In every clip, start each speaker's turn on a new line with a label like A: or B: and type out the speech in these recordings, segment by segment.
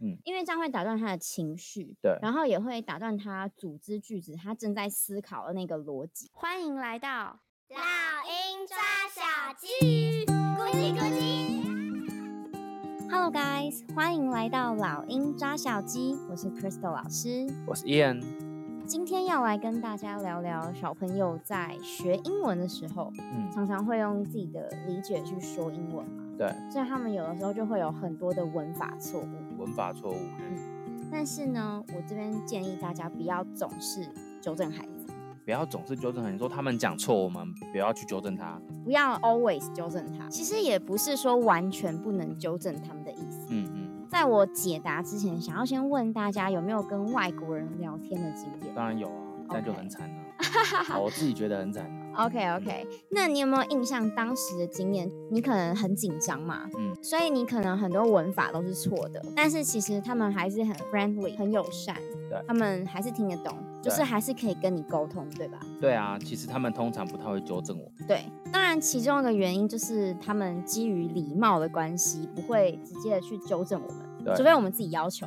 A: 嗯，
B: 因为这样会打断他的情绪，
A: 对
B: 然后也会打断他组织句子，他正在思考的那个逻辑。欢迎来到
C: 老鹰抓小鸡，咕叽咕叽。
B: Hello guys，欢迎来到老鹰抓小鸡，我是 Crystal 老师。
A: 我是 Ian，
B: 今天要来跟大家聊聊小朋友在学英文的时候，
A: 嗯，
B: 常常会用自己的理解去说英文嘛，
A: 对，
B: 所以他们有的时候就会有很多的文法错误。
A: 文法错误，
B: 但是呢，我这边建议大家不要总是纠正孩子，
A: 不要总是纠正很多，他们讲错，我们不要去纠正他，
B: 不要 always 纠正他。其实也不是说完全不能纠正他们的意思。
A: 嗯嗯，
B: 在我解答之前，想要先问大家有没有跟外国人聊天的经验
A: 当然有啊，但就
B: OK
A: 很惨啊，我自己觉得很惨啊，
B: ？OK OK，那你有没有印象当时的经验？你可能很紧张嘛，
A: 嗯，
B: 所以你可能很多文法都是错的，但是其实他们还是很 friendly，很友善，
A: 对
B: 他们还是听得懂，就是
A: 对
B: 还是可以跟你沟通，对吧？
A: 对啊，其实他们通常不太会纠正我，
B: 对，当然其中一个原因就是他们基于礼貌的关系，不会直接的去纠正我们，
A: 对
B: 除非我们自己要求。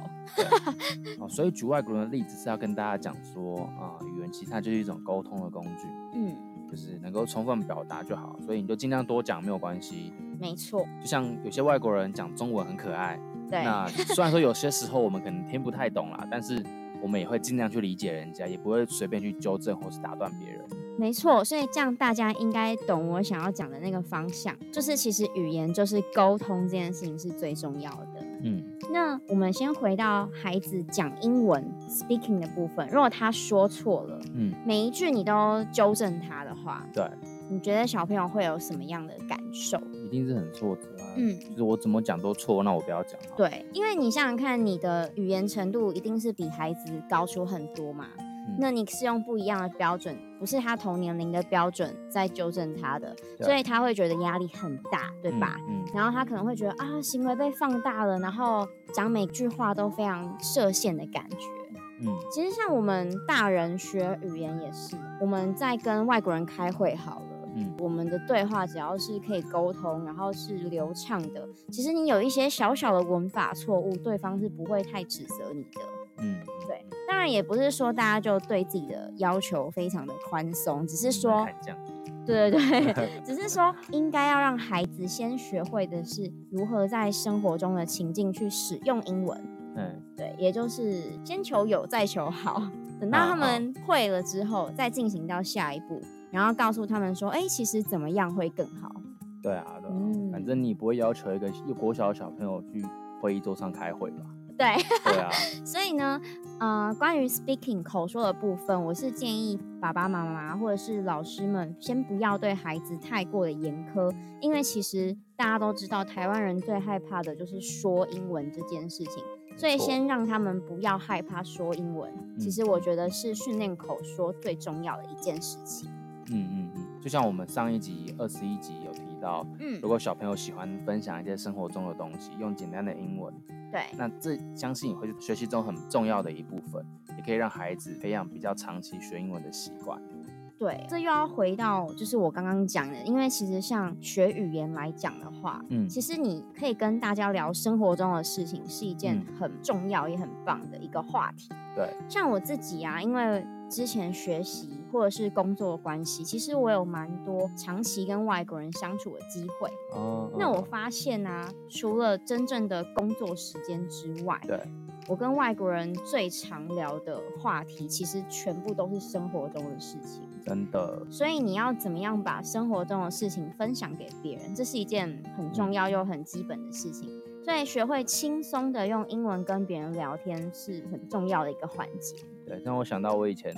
A: 哦，所以举外国人的例子是要跟大家讲说啊、语言其实它就是一种沟通的工具，
B: 嗯，
A: 就是能够充分表达就好，所以你就尽量多讲没有关系，
B: 没错，
A: 就像有些外国人讲中文很可爱，
B: 对，
A: 那虽然说有些时候我们可能听不太懂啦，但是我们也会尽量去理解人家，也不会随便去纠正或是打断别人。
B: 没错。所以这样大家应该懂我想要讲的那个方向，就是其实语言就是沟通这件事情是最重要的。
A: 嗯，
B: 那我们先回到孩子讲英文 speaking 的部分，如果他说错了，
A: 嗯，
B: 每一句你都纠正他的话，
A: 对，
B: 你觉得小朋友会有什么样的感受？
A: 一定是很挫折啊。
B: 嗯
A: 就是我怎么讲都错，那我不要讲好了。
B: 对，因为你想想看，你的语言程度一定是比孩子高出很多嘛。
A: 嗯
B: 那你是用不一样的标准，不是他同年龄的标准在纠正他的，
A: 对
B: 所以他会觉得压力很大，对吧？
A: 嗯，嗯
B: 然后他可能会觉得啊，行为被放大了，然后讲每句话都非常设限的感觉。
A: 嗯，
B: 其实像我们大人学语言也是，我们在跟外国人开会好了，
A: 嗯
B: 我们的对话只要是可以沟通，然后是流畅的，其实你有一些小小的文法错误，对方是不会太指责你的。
A: 嗯，
B: 对，当然也不是说大家就对自己的要求非常的宽松，只是
A: 嗯门
B: 说，
A: 槛降低
B: 对对对，只是说应该要让孩子先学会的是如何在生活中的情境去使用英文。
A: 嗯，
B: 对，也就是先求有再求好，等到
A: 啊
B: 他
A: 好
B: 们会了之后，再进行到下一步，然后告诉他们说，哎、其实怎么样会更好。
A: 对啊，对啊，
B: 嗯
A: 反正你不会要求一个一国小的小朋友去会议桌上开会 吧？
B: 对，
A: 对啊，
B: 所以呢，呃，关于 speaking 口说的部分，我是建议爸爸妈妈或者是老师们先不要对孩子太过的严苛，因为其实大家都知道，台湾人最害怕的就是说英文这件事情，所以
A: 错
B: 先让他们不要害怕说英文。其
A: 嗯
B: 实我觉得是训练口说最重要的一件事情。
A: 嗯嗯嗯，就像我们上一集二十一集有提到，
B: 嗯
A: 如，果小朋友喜欢分享一些生活中的东西，用简单的英文，
B: 对，
A: 那这相信也会是学习中很重要的一部分，也可以让孩子培养比较长期学英文的习惯。
B: 对，这又要回到就是我刚刚讲的，因为其实像学语言来讲的话，
A: 嗯
B: 其实你可以跟大家聊生活中的事情，是一件
A: 嗯
B: 很重要也很棒的一个话题。
A: 对，
B: 像我自己啊，因为之前学习或者是工作的关系，其实我有蛮多长期跟外国人相处的机会。
A: 哦
B: 那我发现啊，除了真正的工作时间之外，
A: 对，
B: 我跟外国人最常聊的话题，其实全部都是生活中的事情。
A: 真的，
B: 所以你要怎么样把生活中的事情分享给别人，这是一件
A: 嗯
B: 很重要又很基本的事情。所以学会轻松的用英文跟别人聊天是很重要的一个环节。
A: 对，让我想到我以前，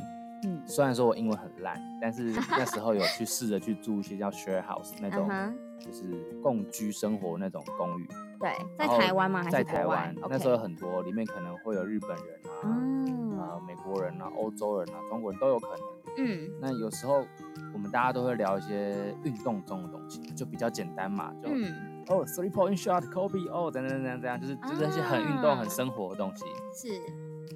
B: 嗯，
A: 虽然说我英文很烂，但是那时候有去试着去住一些叫 share house 那
B: 嗯
A: 种
B: 哼，
A: 就是共居生活那种公寓，
B: 对，在
A: 然后
B: 台湾吗？还
A: 在
B: 是国
A: 台
B: 外
A: 湾？那时候有
B: OK
A: 很多，里面可能会有日本人啊。
B: 啊，
A: 呃，美国人啊，欧洲人啊，中国人都有可能。
B: 嗯
A: 那有时候我们大家都会聊一些运动中的东西，就比较简单嘛，就
B: 嗯，
A: 哦，three point shot Kobe 哦，怎样怎样怎样，就是就是那些很运动、
B: 啊
A: 很生活的东西。
B: 是，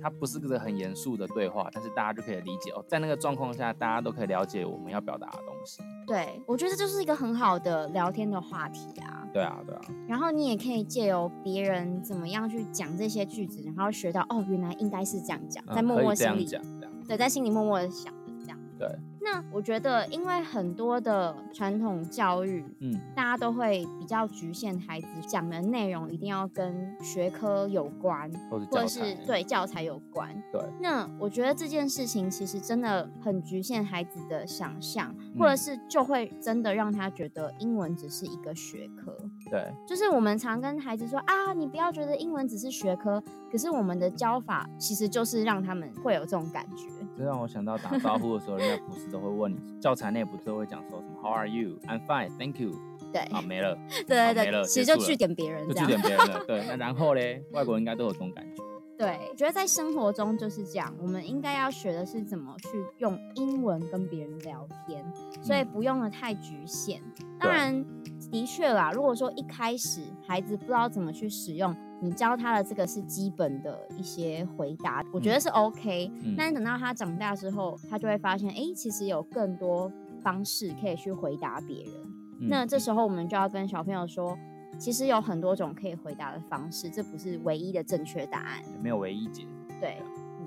A: 它不是个很严肃的对话，但是大家就可以理解哦，在那个状况下，大家都可以了解我们要表达的东西。
B: 对，我觉得这就是一个很好的聊天的话题啊。
A: 对啊，对啊，
B: 然后你也可以借由别人怎么样去讲这些句子，然后学到哦，原来应该是这样讲，
A: 嗯
B: 在默
A: 可以
B: 默
A: 这
B: 心
A: 样
B: 里，
A: 讲，这样
B: 对，在心里默默的想着这样。
A: 对。
B: 那我觉得，因为很多的传统教育，
A: 嗯，
B: 大家都会比较局限孩子讲的内容一定要跟学科有关，
A: 或
B: 或
A: 是教
B: 者
A: 材
B: 是，对教材有关。
A: 对，
B: 那我觉得这件事情其实真的很局限孩子的想象，或者
A: 嗯
B: 是就会真的让他觉得英文只是一个学科。
A: 对
B: 就是我们常跟孩子说啊，你不要觉得英文只是学科，可是我们的教法其实就是让他们会有这种感觉。
A: 这让我想到打招呼的时候，人家不是都会问你，教材内不是都会讲说什么 How are you? I'm fine, thank you。
B: 对，
A: 啊，没了，
B: 对
A: 没
B: 对对，
A: 了
B: 其实就
A: 结束了
B: 去点别人
A: 就
B: 这
A: 去
B: 样。
A: 点别人了。对，那然后嘞，外国人应该都有这种感觉。
B: 对，我觉得在生活中就是这样，我们应该要学的是怎么去用英文跟别人聊天，所以
A: 嗯
B: 不用的太局限。当
A: 对
B: 然，的确啦，如果说一开始孩子不知道怎么去使用，你教他的这个是基本的一些回答，我觉得
A: 嗯
B: 是 OK、
A: 嗯
B: 但是等到他长大之后，他就会发现，诶，其实有更多方式可以去回答别人。
A: 嗯
B: 那这时候我们就要跟小朋友说，其实有很多种可以回答的方式，这不是唯一的正确答案。
A: 也没有唯一解。
B: 对，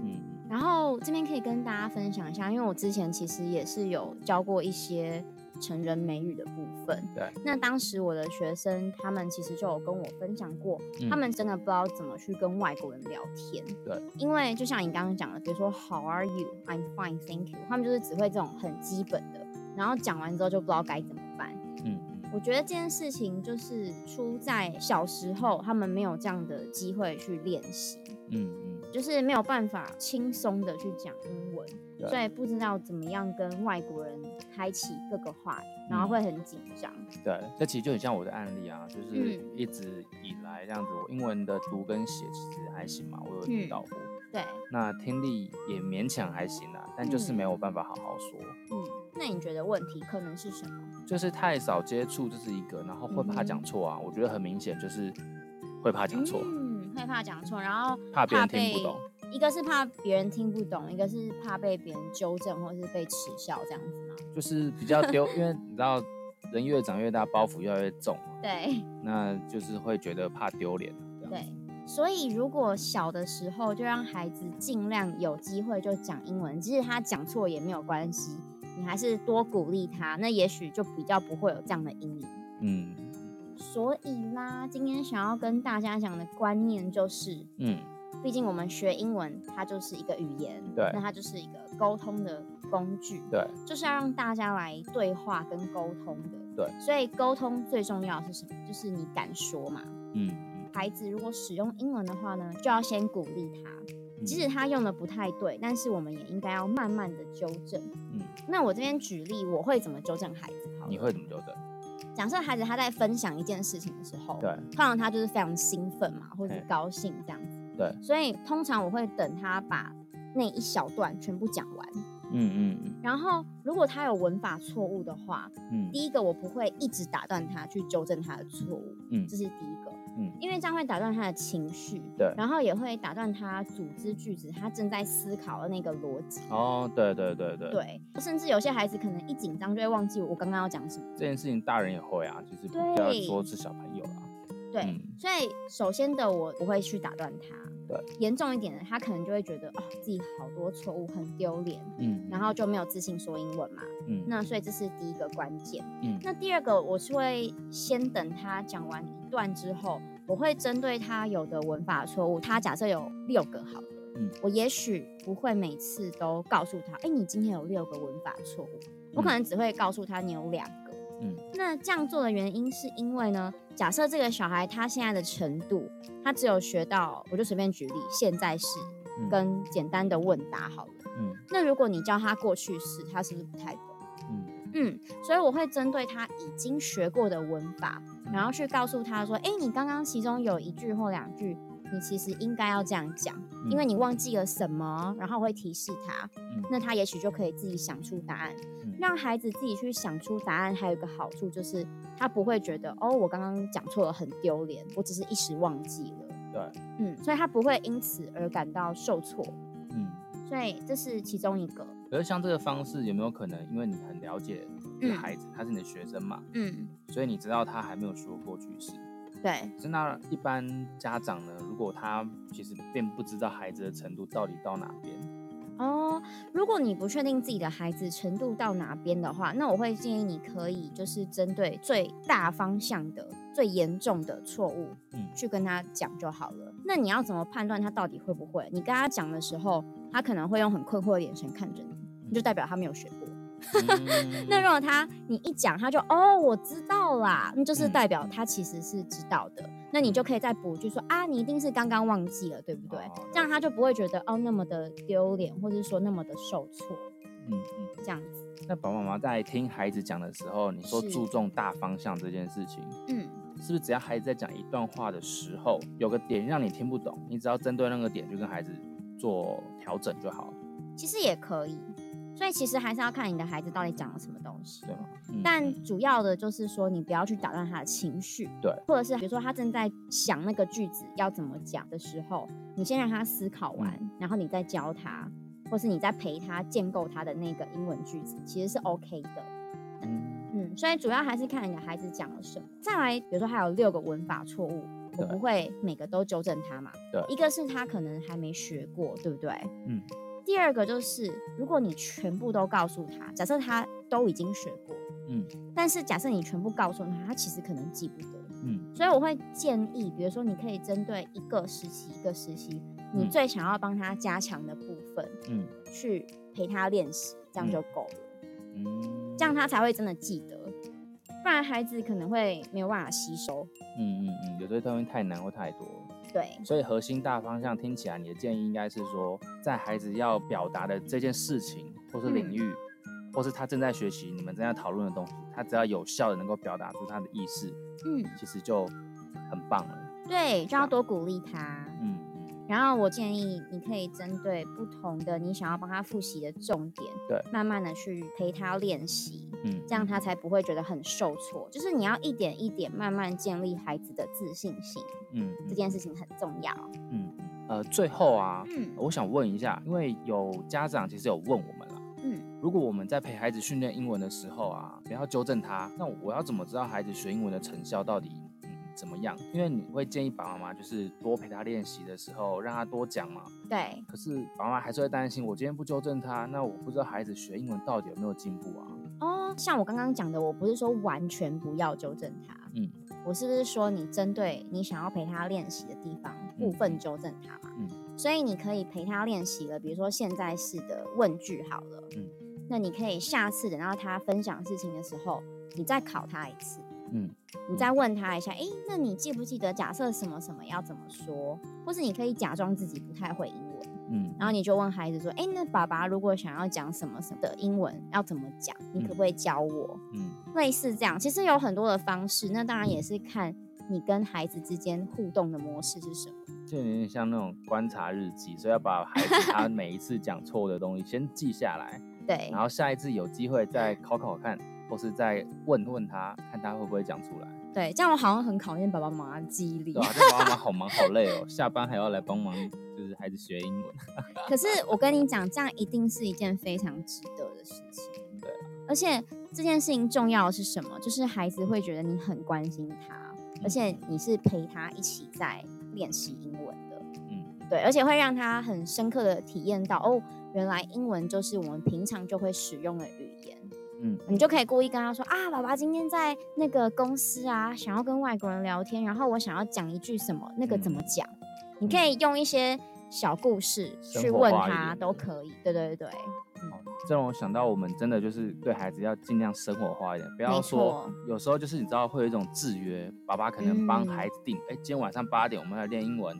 A: 嗯，
B: 然后这边可以跟大家分享一下，因为我之前其实也是有教过一些成人美语的部分。
A: 对，
B: 那当时我的学生他们其实就有跟我分享过，他
A: 嗯
B: 们真的不知道怎么去跟外国人聊天。
A: 对，
B: 因为就像你刚刚讲的，比如说 How are you? I'm fine, thank you。他们就是只会这种很基本的，然后讲完之后就不知道该怎么办。
A: 嗯嗯，
B: 我觉得这件事情就是出在小时候他们没有这样的机会去练习。
A: 嗯嗯，
B: 就是没有办法轻松的去讲英文，
A: 对
B: 所以不知道怎么样跟外国人开启各个话题，然后
A: 嗯
B: 会很紧张。
A: 对，这其实就很像我的案例啊，就是
B: 嗯
A: 一直以来这样子，我英文的读跟写其实还行嘛，我有
B: 嗯
A: 读到过。
B: 对，
A: 那听力也勉强还行啦，但就是没有办法好好说，
B: 嗯，那你觉得问题可能是什么？
A: 就是太少接触，这是一个，然后会怕讲错啊，我觉得很明显就是会怕讲错，
B: 嗯，会怕讲错，然后
A: 怕别人听
B: 被
A: 不懂。
B: 一个是怕别人听不懂，一个是怕被别人纠正或是被耻笑这样子吗？
A: 就是比较丢，因为你知道人越长越大，包袱越来越重嘛，
B: 对
A: 那就是会觉得怕丢脸啊。这样
B: 对，所以如果小的时候就让孩子尽量有机会就讲英文，即使他讲错也没有关系，你还是多鼓励他，那也许就比较不会有这样的阴影。
A: 嗯
B: 所以啦，今天想要跟大家讲的观念就是，
A: 嗯，
B: 毕竟我们学英文，它就是一个语言，
A: 对
B: 那它就是一个沟通的工具，
A: 对，
B: 就是要让大家来对话跟沟通的。
A: 对，
B: 所以沟通最重要的是什么？就是你敢说嘛。
A: 嗯嗯
B: 孩子如果使用英文的话呢，就要先鼓励他，
A: 嗯，
B: 即使他用的不太对，但是我们也应该要慢慢的纠正。
A: 嗯，
B: 那我这边举例，我会怎么纠正孩子？好了，
A: 你会怎么纠正？
B: 假设孩子他在分享一件事情的时候，
A: 对，
B: 通常他就是非常兴奋嘛，或者是
A: 嘿
B: 高兴这样子。
A: 对，
B: 所以通常我会等他把那一小段全部讲完。
A: 嗯嗯
B: 然后，如果他有文法错误的话，
A: 嗯嗯
B: 第一个我不会一直打断他去纠正他的错误，
A: 嗯
B: 这是第一个，
A: 嗯
B: 因为这样会打断他的情绪，
A: 对
B: 然后也会打断他组织句子，他正在思考的那个逻辑。
A: 哦，对对对对，
B: 对，甚至有些孩子可能一紧张就会忘记我刚刚要讲什么。
A: 这件事情大人也会啊，就是不要
B: 对
A: 说是小朋友啦，
B: 对，
A: 嗯
B: 所以首先的我不会去打断他。
A: 对，
B: 严重一点的，他可能就会觉得哦自己好多错误，很丢脸，
A: 嗯，
B: 然
A: 后
B: 后就没有自信说英文嘛。
A: 嗯
B: 那所以这是第一个关键。
A: 嗯
B: 那第二个，我是会先等他讲完一段之后，我会针对他有的文法错误，他假设有六个好了，
A: 嗯
B: 我也许不会每次都告诉他，哎、你今天有六个文法错误，我可
A: 嗯
B: 能只会告诉他你有两个。
A: 嗯，
B: 那这样做的原因是因为呢，假设这个小孩他现在的程度，他只有学到，我就随便举例，现在式
A: 嗯
B: 跟简单的问答好了。
A: 嗯
B: 那如果你教他过去式，他是不是不太懂？
A: 嗯
B: 嗯，所以我会针对他已经学过的文法，
A: 嗯
B: 然后去告诉他说：“诶，你刚刚其中有一句或两句，你其实应该要这样讲，因为你忘记了什么。”然后我会提示他，
A: 嗯
B: 那他也许就可以自己想出答案。
A: 嗯
B: 让孩子自己去想出答案，还有一个好处就是他不会觉得哦，我刚刚讲错了很丢脸，我只是一时忘记了。
A: 对，
B: 嗯，所以他不会因此而感到受挫，
A: 嗯。
B: 所以这是其中一个，
A: 可是像这个方式有没有可能，因为你很了解这个
B: 嗯
A: 孩子，他是你的学生嘛，
B: 嗯，
A: 所以你知道他还没有学过趋势。
B: 对，
A: 可是那一般家长呢，如果他其实并不知道孩子的程度到底到哪边，
B: 哦，如果你不确定自己的孩子程度到哪边的话，那我会建议你可以就是针对最大方向的、最严重的错误，
A: 嗯
B: 去跟他讲就好了。那你要怎么判断他到底会不会？你跟他讲的时候，他可能会用很困惑的眼神看着你，那就代表他没有学过。
A: 嗯
B: 那如果他你一讲，他就哦我知道啦，那就是
A: 嗯
B: 代表他其实是知道的。那你就可以再补一句说啊，你一定是刚刚忘记了，对不对？
A: 哦了
B: 这样他就不会觉得哦那么的丢脸，或者说那么的受挫，
A: 嗯嗯，
B: 这样子。
A: 那爸爸妈妈在听孩子讲的时候，你说
B: 是
A: 注重大方向这件事情，
B: 嗯，
A: 是不是只要孩子在讲一段话的时候，有个点让你听不懂，你只要针对那个点去跟孩子做调整就好了，
B: 其实也可以。所以其实还是要看你的孩子到底讲了什么东西。
A: 对吗？嗯
B: 但主要的就是说，你不要去打断他的情绪，
A: 对，
B: 或者是比如说他正在想那个句子要怎么讲的时候，你先让他思考完，
A: 嗯
B: 然后你再教他，或是你再陪他建构他的那个英文句子，其实是 OK 的。
A: 嗯
B: 嗯，所以主要还是看你的孩子讲了什么。再来，比如说还有六个文法错误，我
A: 对
B: 不会每个都纠正他嘛。
A: 对
B: 一个是他可能还没学过，对不对？
A: 嗯。
B: 第二个就是，如果你全部都告诉他，假设他都已经学过，
A: 嗯，
B: 但是假设你全部告诉他，他其实可能记不得。
A: 嗯
B: 所以我会建议，比如说你可以针对一个时期一个时期，你
A: 嗯
B: 最想要帮他加强的部分，
A: 嗯
B: 去陪他练习，这样就够了。
A: 嗯，
B: 这样他才会真的记得，不然孩子可能会没有办法吸收。
A: 嗯嗯嗯，有些东西太难或太多了。
B: 对，
A: 所以核心大方向听起来，你的建议应该是说，在孩子要表达的这件事情，或是
B: 嗯
A: 领域，或是他正在学习，你们正在讨论的东西，他只要有效的能够表达出他的意识，
B: 嗯，
A: 其实就很棒了。
B: 对，就要多鼓励他。
A: 嗯嗯
B: 然后我建议你可以针对不同的你想要帮他复习的重点，
A: 对，
B: 慢慢的去陪他练习，
A: 嗯，
B: 这样他才不会觉得很受挫。就是你要一点一点慢慢建立孩子的自信心，
A: 嗯
B: 这件事情很重要。
A: 嗯嗯嗯呃，最后啊，
B: 嗯
A: 我想问一下，因为有家长其实有问我们啦。
B: 嗯，
A: 如果我们在陪孩子训练英文的时候啊，不要纠正他，那我要怎么知道孩子学英文的成效到底嗯怎么样？因为你会建议爸爸妈妈就是多陪他练习的时候，让他多讲嘛。
B: 对，
A: 可是爸妈还是会担心，我今天不纠正他，那我不知道孩子学英文到底有没有进步啊？
B: 哦，像我刚刚讲的，我不是说完全不要纠正他，
A: 嗯，
B: 我是不是说你针对你想要陪他练习的地方部分纠正他嘛？
A: 嗯，
B: 所以你可以陪他练习了，比如说现在式的问句好了，
A: 嗯，
B: 那你可以下次等到他分享事情的时候，你再考他一次，
A: 嗯，
B: 你再问他一下，诶，那你记不记得假设什么什么要怎么说？或是你可以假装自己不太会英文。
A: 嗯，
B: 然后你就问孩子说：“哎，那爸爸如果想要讲什么什么的英文要怎么讲，你可不可以教我？”
A: 嗯
B: 类似这样，其实有很多的方式。那当然也是看你跟孩子之间互动的模式是什么。
A: 就有点像那种观察日记，所以要把 孩子他每一次讲错的东西先记下来，
B: 对
A: 然后下一次有机会再考考看，或是再问问他，看他会不会讲出来。
B: 对，这样我好像很考验爸爸妈妈的记忆力
A: 对。啊，这爸妈好忙好累哦，下班还要来帮忙，就是孩子学英文。
B: 可是我跟你讲，这样一定是一件非常值得的事情。
A: 对，啊
B: 而且这件事情重要的是什么？就是孩子会觉得你很关心他，
A: 嗯
B: 而且你是陪他一起在练习英文的。
A: 嗯
B: 对，而且会让他很深刻的体验到，哦，原来英文就是我们平常就会使用的语言。
A: 嗯
B: 你就可以故意跟他说啊，爸爸今天在那个公司啊，想要跟外国人聊天，然后我想要讲一句什么，那个怎
A: 嗯
B: 么讲？你可以用一些小故事
A: 生
B: 去
A: 活
B: 问
A: 化一
B: 他
A: 点
B: 都
A: 的
B: 可以。对对对对，
A: 这让我想到，我们真的就是对孩子要尽量生活化一点，不
B: 没
A: 要
B: 错
A: 说有时候就是你知道会有一种制约，爸爸可能帮
B: 嗯
A: 孩子定，哎、今天晚上八点我们来练英文。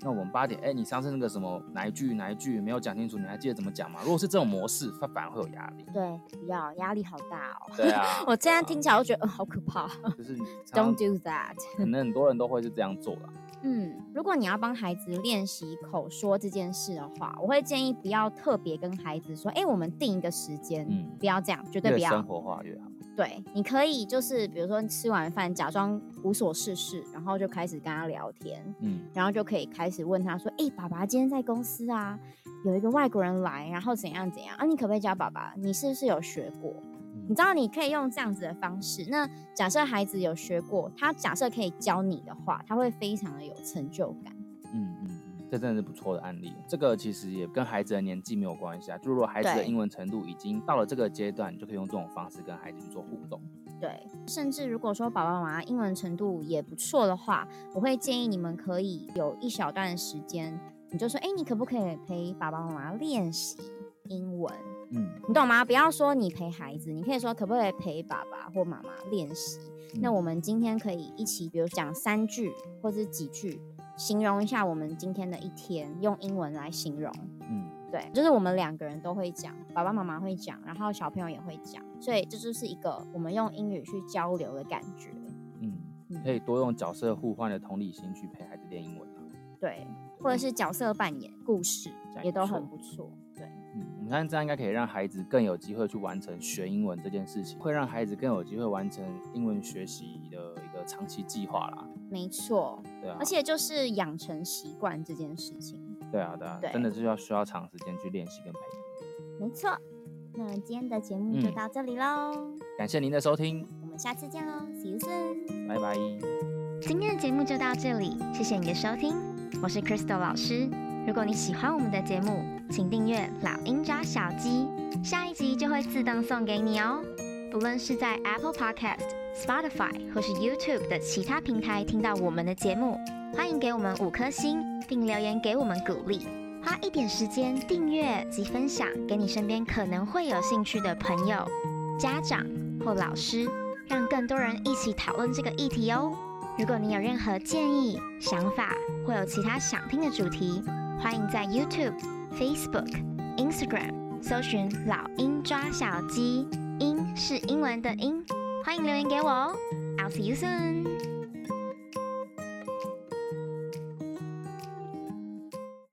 A: 那我们八点，哎、你上次那个什么哪一句哪一句没有讲清楚，你还记得怎么讲吗？如果是这种模式，他反而会有压力。
B: 对，不要压力好大哦。
A: 对啊
B: ，我现
A: 对
B: 在
A: 啊
B: 听起来我觉得、呃、好可怕。
A: 就是你常
B: Don't
A: 常
B: do that。
A: 可能很多人都会是这样做的。
B: 嗯，如果你要帮孩子练习口说这件事的话，我会建议不要特别跟孩子说，哎、我们定一个时间，
A: 嗯 啊
B: 不要这样，绝对
A: 越
B: 不要
A: 生。活化越好。
B: 对，你可以就是比如说吃完饭假装无所事事，然后就开始跟他聊天，
A: 嗯，
B: 然后就可以开始问他说：“哎、爸爸今天在公司啊，有一个外国人来，然后怎样怎样啊？你可不可以教爸爸？你是不是有学过？”
A: 嗯
B: 你知道你可以用这样子的方式。那假设孩子有学过，他假设可以教你的话，他会非常的有成就感。
A: 嗯嗯嗯，这真的是不错的案例。这个其实也跟孩子的年纪没有关系啊，就如果孩子的
B: 对
A: 英文程度已经到了这个阶段，你就可以用这种方式跟孩子去做互动。
B: 对，甚至如果说爸爸妈妈英文程度也不错的话，我会建议你们可以有一小段时间，你就说，哎、你可不可以陪爸爸妈妈练习英文？
A: 嗯，
B: 你懂吗？不要说你陪孩子，你可以说可不可以陪爸爸或妈妈练习？那
A: 嗯
B: 我们今天可以一起，比如讲三句或者几句，形容一下我们今天的一天，用英文来形容。
A: 嗯
B: 对，就是我们两个人都会讲，爸爸妈妈会讲，然后小朋友也会讲，所以这就是一个我们用英语去交流的感觉。
A: 嗯
B: 嗯，
A: 可以多用角色互换的同理心去陪孩子练英文啊。
B: 对，或者是角色扮演、故事
A: 这
B: 也
A: 样也
B: 都
A: 不错
B: 很不错。对，
A: 嗯，我相信这样应该可以让孩子更有机会去完成学英文这件事情，会让孩子更有机会完成英文学习的一个长期计划啦。
B: 没错，
A: 对啊，
B: 而且就是养成习惯这件事情。
A: 对啊对啊，
B: 对
A: 真的是要需要长时间去练习跟培养。
B: 没错，那今天的节目就
A: 嗯
B: 到这里喽，
A: 感谢您的收听，
B: 我们下次见喽，See you soon。
A: 拜拜。
D: 今天的节目就到这里，谢谢你的收听，我是 Crystal 老师。如果你喜欢我们的节目，请订阅《老鹰抓小鸡》，下一集就会自动送给你哦。不论是在 Apple Podcast、Spotify 或是 YouTube 的其他平台听到我们的节目，欢迎给我们五颗星，并留言给我们鼓励。花一点时间订阅及分享给你身边可能会有兴趣的朋友、家长或老师，让更多人一起讨论这个议题哦。如果你有任何建议、想法，或有其他想听的主题，欢迎在 YouTube、Facebook、Instagram 搜寻“老鹰抓小鸡”，鹰是英文的鹰，欢迎留言给我哦。I'll see you soon.